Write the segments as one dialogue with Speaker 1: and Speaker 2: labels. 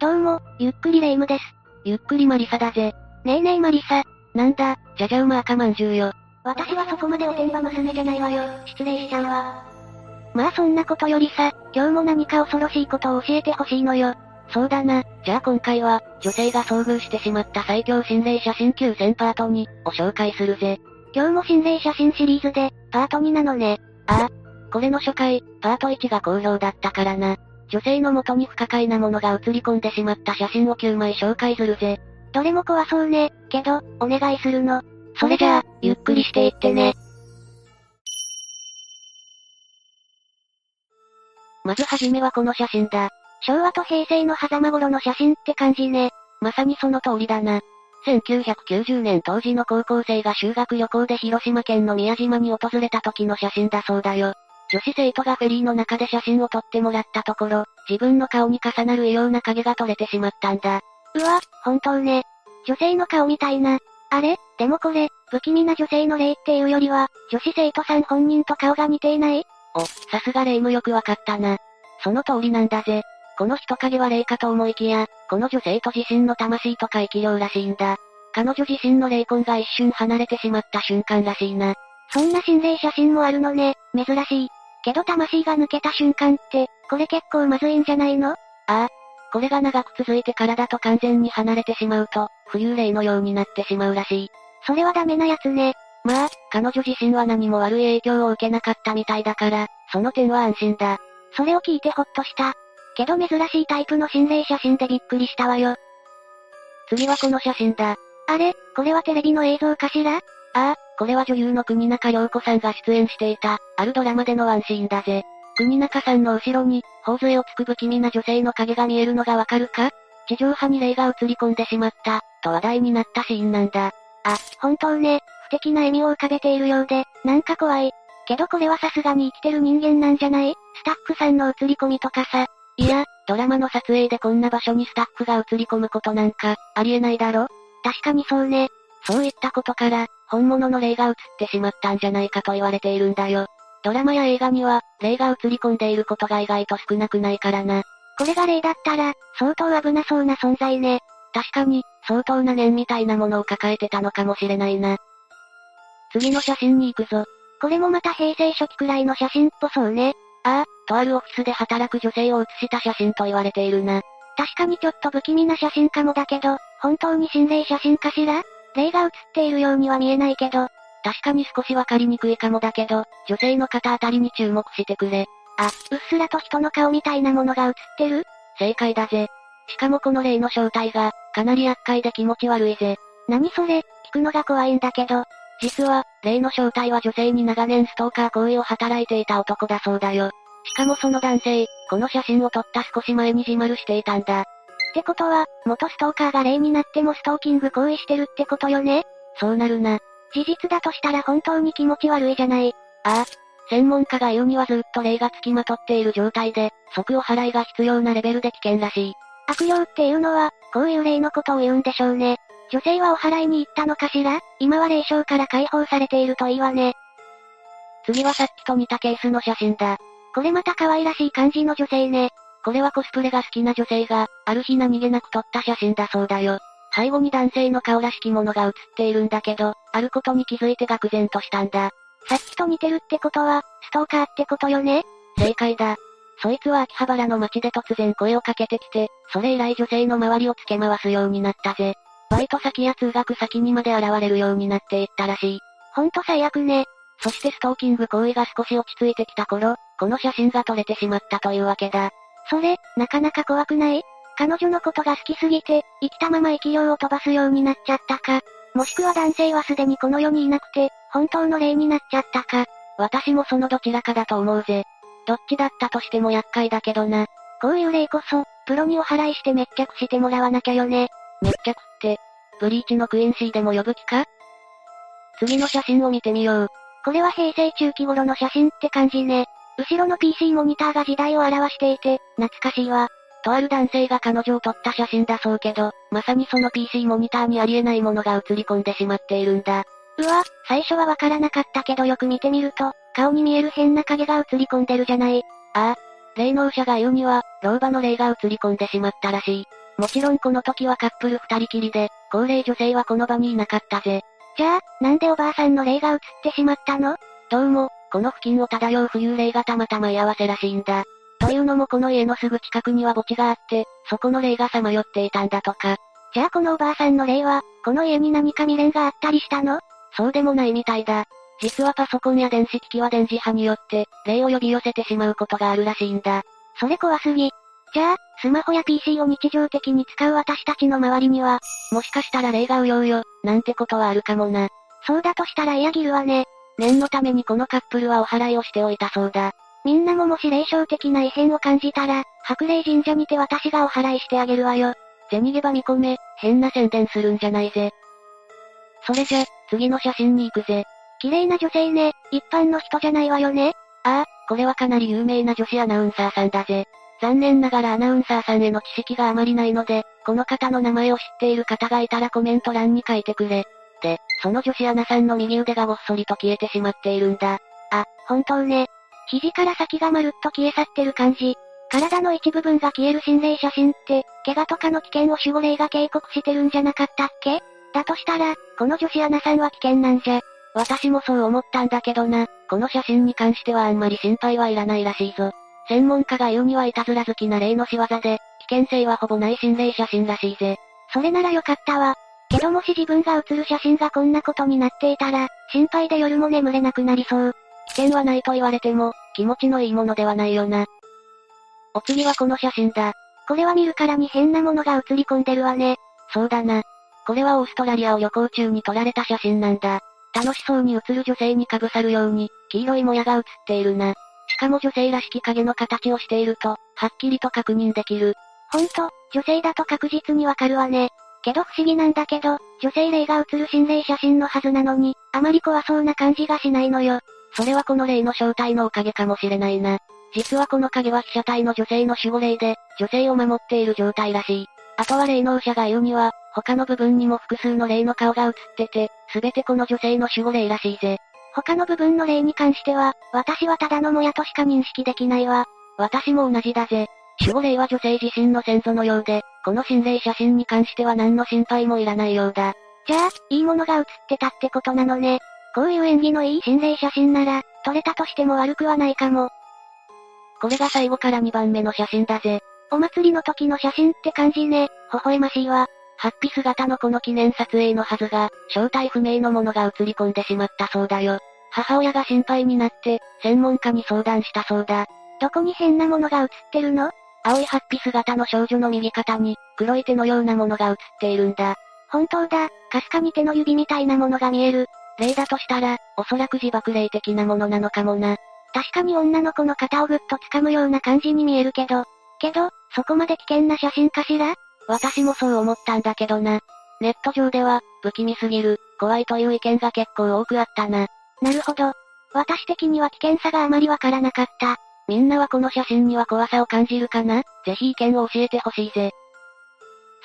Speaker 1: どうも、ゆっくりレ夢ムです。
Speaker 2: ゆっくりマリサだぜ。
Speaker 1: ねえねえマリサ。
Speaker 2: なんだ、じゃじゃ馬赤まんじゅうよ。
Speaker 1: 私はそこまでおてんば娘じゃないわよ。失礼しちゃうわ。まあそんなことよりさ、今日も何か恐ろしいことを教えてほしいのよ。
Speaker 2: そうだな、じゃあ今回は、女性が遭遇してしまった最強心霊写真9000パート2を紹介するぜ。
Speaker 1: 今日も心霊写真シリーズで、パート2なのね。
Speaker 2: これの初回、パート1が好評だったからな。女性の元に不可解なものが映り込んでしまった写真を9枚紹介するぜ。
Speaker 1: どれも怖そうね、けど、お願いするの。
Speaker 2: それじゃあ、ゆっくりしていってね。。まずはじめはこの写真だ。
Speaker 1: 昭和と平成の狭間頃の写真って感じね。
Speaker 2: まさにその通りだな。1990年当時の高校生が修学旅行で広島県の宮島に訪れた時の写真だそうだよ。女子生徒がフェリーの中で写真を撮ってもらったところ、自分の顔に重なる異様な影が撮れてしまったんだ。
Speaker 1: うわ、本当ね。女性の顔みたいな。あれでもこれ、不気味な女性の霊っていうよりは、女子生徒さん本人と顔が似ていない
Speaker 2: お、さすが霊夢よくわかったな。その通りなんだぜ。この人影は霊かと思いきや、この女性と自身の魂とか生き量らしいんだ。彼女自身の霊魂が一瞬離れてしまった瞬間らしいな。
Speaker 1: そんな心霊写真もあるのね、珍しい。けど魂が抜けた瞬間って、これ結構まずいんじゃないの
Speaker 2: これが長く続いて体と完全に離れてしまうと、浮遊霊のようになってしまうらしい。
Speaker 1: それはダメなやつね。
Speaker 2: まあ、彼女自身は何も悪い影響を受けなかったみたいだから、その点は安心だ。
Speaker 1: それを聞いてほっとした。けど珍しいタイプの心霊写真でびっくりしたわよ。
Speaker 2: 次はこの写真だ。
Speaker 1: あれこれはテレビの映像かしら
Speaker 2: これは女優の国中涼子さんが出演していた、あるドラマでのワンシーンだぜ。国中さんの後ろに、頬杖をつく不気味な女性の影が見えるのがわかるか地上波に霊が映り込んでしまった、と話題になったシーンなんだ。
Speaker 1: 本当ね、不敵な笑みを浮かべているようで、なんか怖い。けどこれはさすがに生きてる人間なんじゃないスタッフさんの映り込みとかさ。
Speaker 2: いや、ドラマの撮影でこんな場所にスタッフが映り込むことなんか、ありえないだろ
Speaker 1: 確かにそうね。
Speaker 2: そういったことから、本物の霊が映ってしまったんじゃないかと言われているんだよ。ドラマや映画には、霊が映り込んでいることが意外と少なくないからな。
Speaker 1: これが霊だったら、相当危なそうな存在ね。
Speaker 2: 確かに、相当な念みたいなものを抱えてたのかもしれないな。次の写真に行くぞ。
Speaker 1: これもまた平成初期くらいの写真っぽそうね。
Speaker 2: とあるオフィスで働く女性を写した写真と言われているな。
Speaker 1: 確かにちょっと不気味な写真かもだけど、本当に心霊写真かしら霊が写っているようには見えないけど、
Speaker 2: 確かに少しわかりにくいかもだけど、女性の肩あたりに注目してくれ。
Speaker 1: うっすらと人の顔みたいなものが写ってる
Speaker 2: 正解だぜ。しかもこの霊の正体が、かなり厄介で気持ち悪いぜ。
Speaker 1: 何それ聞くのが怖いんだけど、
Speaker 2: 実は、霊の正体は女性に長年ストーカー行為を働いていた男だそうだよ。しかもその男性、この写真を撮った少し前に自丸していたんだ。
Speaker 1: ってことは、元ストーカーが霊になってもストーキング行為してるってことよね
Speaker 2: そうなるな。
Speaker 1: 事実だとしたら本当に気持ち悪いじゃない。
Speaker 2: 専門家が言うにはずっと霊がつきまとっている状態で、即お祓いが必要なレベルで危険らしい。
Speaker 1: 悪霊っていうのは、こういう霊のことを言うんでしょうね。女性はお祓いに行ったのかしら今は霊障から解放されているといいわね。
Speaker 2: 次はさっきと似たケースの写真だ。
Speaker 1: これまた可愛らしい感じの女性ね。
Speaker 2: これはコスプレが好きな女性が、ある日何気なく撮った写真だそうだよ。背後に男性の顔らしきものが写っているんだけど、あることに気づいて愕然としたんだ。
Speaker 1: さっきと似てるってことは、ストーカーってことよね
Speaker 2: 正解だ。そいつは秋葉原の街で突然声をかけてきて、それ以来女性の周りをつけ回すようになったぜ。バイト先や通学先にまで現れるようになっていったらしい。
Speaker 1: ほんと最悪ね。
Speaker 2: そしてストーキング行為が少し落ち着いてきた頃、この写真が撮れてしまったというわけだ。
Speaker 1: それ、なかなか怖くない彼女のことが好きすぎて、生きたまま生き量を飛ばすようになっちゃったか。もしくは男性はすでにこの世にいなくて、本当の霊になっちゃったか。
Speaker 2: 私もそのどちらかだと思うぜ。どっちだったとしても厄介だけどな。
Speaker 1: こういう霊こそ、プロにお祓いして滅却してもらわなきゃよね。
Speaker 2: 滅却って、ブリーチのクイーンシーでも呼ぶ気か次の写真を見てみよう。
Speaker 1: これは平成中期頃の写真って感じね。後ろの PC モニターが時代を表していて、懐かしいわ。
Speaker 2: とある男性が彼女を撮った写真だそうけど、まさにその PC モニターにありえないものが映り込んでしまっているんだ。
Speaker 1: うわ、最初はわからなかったけどよく見てみると、顔に見える変な影が映り込んでるじゃない。
Speaker 2: 霊能者が言うには、老婆の霊が映り込んでしまったらしい。もちろんこの時はカップル二人きりで、高齢女性はこの場にいなかったぜ。
Speaker 1: じゃあ、なんでおばあさんの霊が映ってしまったの
Speaker 2: どうも、この付近を漂う浮遊霊がたまたま居合わせらしいんだ。というのもこの家のすぐ近くには墓地があって、そこの霊がさまよっていたんだとか。
Speaker 1: じゃあこのおばあさんの霊は、この家に何か未練があったりしたの
Speaker 2: そうでもないみたいだ。実はパソコンや電子機器は電磁波によって、霊を呼び寄せてしまうことがあるらしいんだ。
Speaker 1: それ怖すぎ。じゃあ、スマホや PC を日常的に使う私たちの周りには、
Speaker 2: もしかしたら霊がうようよ、なんてことはあるかもな。
Speaker 1: そうだとしたら嫌ぎるわね。
Speaker 2: 念のためにこのカップルはお祓いをしておいたそうだ。
Speaker 1: みんなももし霊障的な異変を感じたら、白霊神社にて私がお祓いしてあげるわよ。
Speaker 2: 銭げば見込め、変な宣伝するんじゃないぜ。それじゃ、次の写真に行くぜ。
Speaker 1: 綺麗な女性ね、一般の人じゃないわよね。
Speaker 2: ああ、これはかなり有名な女子アナウンサーさんだぜ。残念ながらアナウンサーさんへの知識があまりないので、この方の名前を知っている方がいたらコメント欄に書いてくれ。で、その女子アナさんの右腕がごっそりと消えてしまっているんだ。
Speaker 1: あ、本当ね。肘から先がまるっと消え去ってる感じ。体の一部分が消える心霊写真って、怪我とかの危険を守護霊が警告してるんじゃなかったっけだとしたら、この女子アナさんは危険なんじゃ。
Speaker 2: 私もそう思ったんだけどな、この写真に関してはあんまり心配はいらないらしいぞ。専門家が言うにはいたずら好きな霊の仕業で、危険性はほぼない心霊写真らしいぜ。
Speaker 1: それならよかったわ。けどもし自分が写る写真がこんなことになっていたら、心配で夜も眠れなくなりそう。
Speaker 2: 危険はないと言われても、気持ちのいいものではないよな。お次はこの写真だ。
Speaker 1: これは見るからに変なものが写り込んでるわね。
Speaker 2: そうだな。これはオーストラリアを旅行中に撮られた写真なんだ。楽しそうに写る女性にかぶさるように、黄色いもやが写っているな。しかも女性らしき影の形をしていると、はっきりと確認できる。
Speaker 1: ほんと、女性だと確実にわかるわね。けど不思議なんだけど、女性霊が写る心霊写真のはずなのに、あまり怖そうな感じがしないのよ。
Speaker 2: それはこの霊の正体のおかげかもしれないな。実はこの影は被写体の女性の守護霊で、女性を守っている状態らしい。あとは霊能者が言うには、他の部分にも複数の霊の顔が映ってて、すべてこの女性の守護霊らしいぜ。
Speaker 1: 他の部分の霊に関しては、私はただのもやとしか認識できないわ。
Speaker 2: 私も同じだぜ。守護霊は女性自身の先祖のようで、この心霊写真に関しては何の心配もいらないようだ。
Speaker 1: じゃあ、いいものが写ってたってことなのね。こういう演技のいい心霊写真なら、撮れたとしても悪くはないかも。
Speaker 2: これが最後から2番目の写真だぜ。
Speaker 1: お祭りの時の写真って感じね。微笑ましいわ。
Speaker 2: ハッピ姿のこの記念撮影のはずが、正体不明のものが映り込んでしまったそうだよ。母親が心配になって、専門家に相談したそうだ。
Speaker 1: どこに変なものが映ってるの
Speaker 2: 青いハッピ姿の少女の右肩に、黒い手のようなものが映っているんだ。
Speaker 1: 本当だ、かすかに手の指みたいなものが見える。
Speaker 2: 例だとしたら、おそらく自爆霊的なものなのかもな。
Speaker 1: 確かに女の子の肩をぐっと掴むような感じに見えるけど。けど、そこまで危険な写真かしら
Speaker 2: 私もそう思ったんだけどな。ネット上では、不気味すぎる、怖いという意見が結構多くあったな。
Speaker 1: なるほど。私的には危険さがあまりわからなかった。
Speaker 2: みんなはこの写真には怖さを感じるかなぜひ意見を教えてほしいぜ。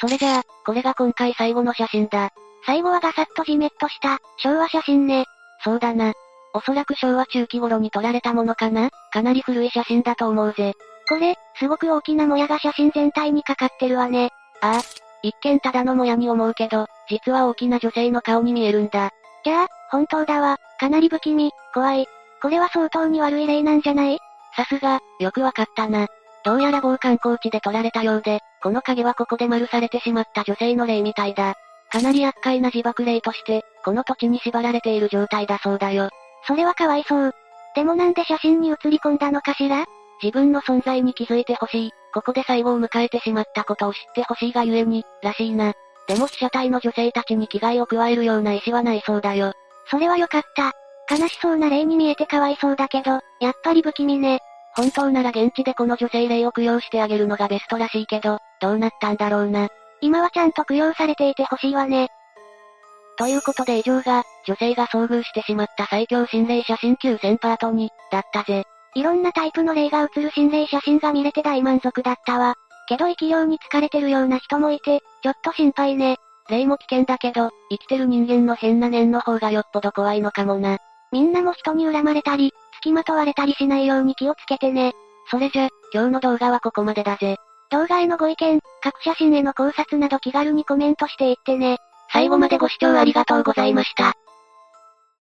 Speaker 2: それじゃあ、これが今回最後の写真だ。
Speaker 1: 最後はガサッとジメッとした、昭和写真ね。
Speaker 2: そうだな。おそらく昭和中期頃に撮られたものかなかなり古い写真だと思うぜ。
Speaker 1: これ、すごく大きなもやが写真全体にかかってるわね。
Speaker 2: ああ。一見ただのもやに思うけど、実は大きな女性の顔に見えるんだ。
Speaker 1: じゃあ、本当だわ。かなり不気味、怖い。これは相当に悪い例なんじゃない
Speaker 2: さすが、よくわかったな。どうやら某観光地で撮られたようで、この影はここで丸されてしまった女性の霊みたいだ。かなり厄介な自爆霊として、この土地に縛られている状態だそうだよ。
Speaker 1: それはかわいそう。でもなんで写真に写り込んだのかしら
Speaker 2: 自分の存在に気づいてほしい。ここで最後を迎えてしまったことを知ってほしいがゆえに、らしいな。でも被写体の女性たちに危害を加えるような意思はないそうだよ。
Speaker 1: それはよかった。悲しそうな霊に見えてかわいそうだけど、やっぱり不気味ね。
Speaker 2: 本当なら現地でこの女性霊を供養してあげるのがベストらしいけど、どうなったんだろうな。
Speaker 1: 今はちゃんと供養されていてほしいわね。
Speaker 2: ということで以上が、女性が遭遇してしまった最強心霊写真9000パート2、だったぜ。
Speaker 1: いろんなタイプの霊が写る心霊写真が見れて大満足だったわ。けど生きように疲れてるような人もいて、ちょっと心配ね。
Speaker 2: 霊も危険だけど、生きてる人間の変な念の方がよっぽど怖いのかもな。
Speaker 1: みんなも人に恨まれたり、付きまとわれたりしないように気をつけてね。
Speaker 2: それじゃ、今日の動画はここまでだぜ。動画へのご意見、各写真への考察など気軽にコメントしていってね。
Speaker 1: 最後までご視聴ありがとうございました。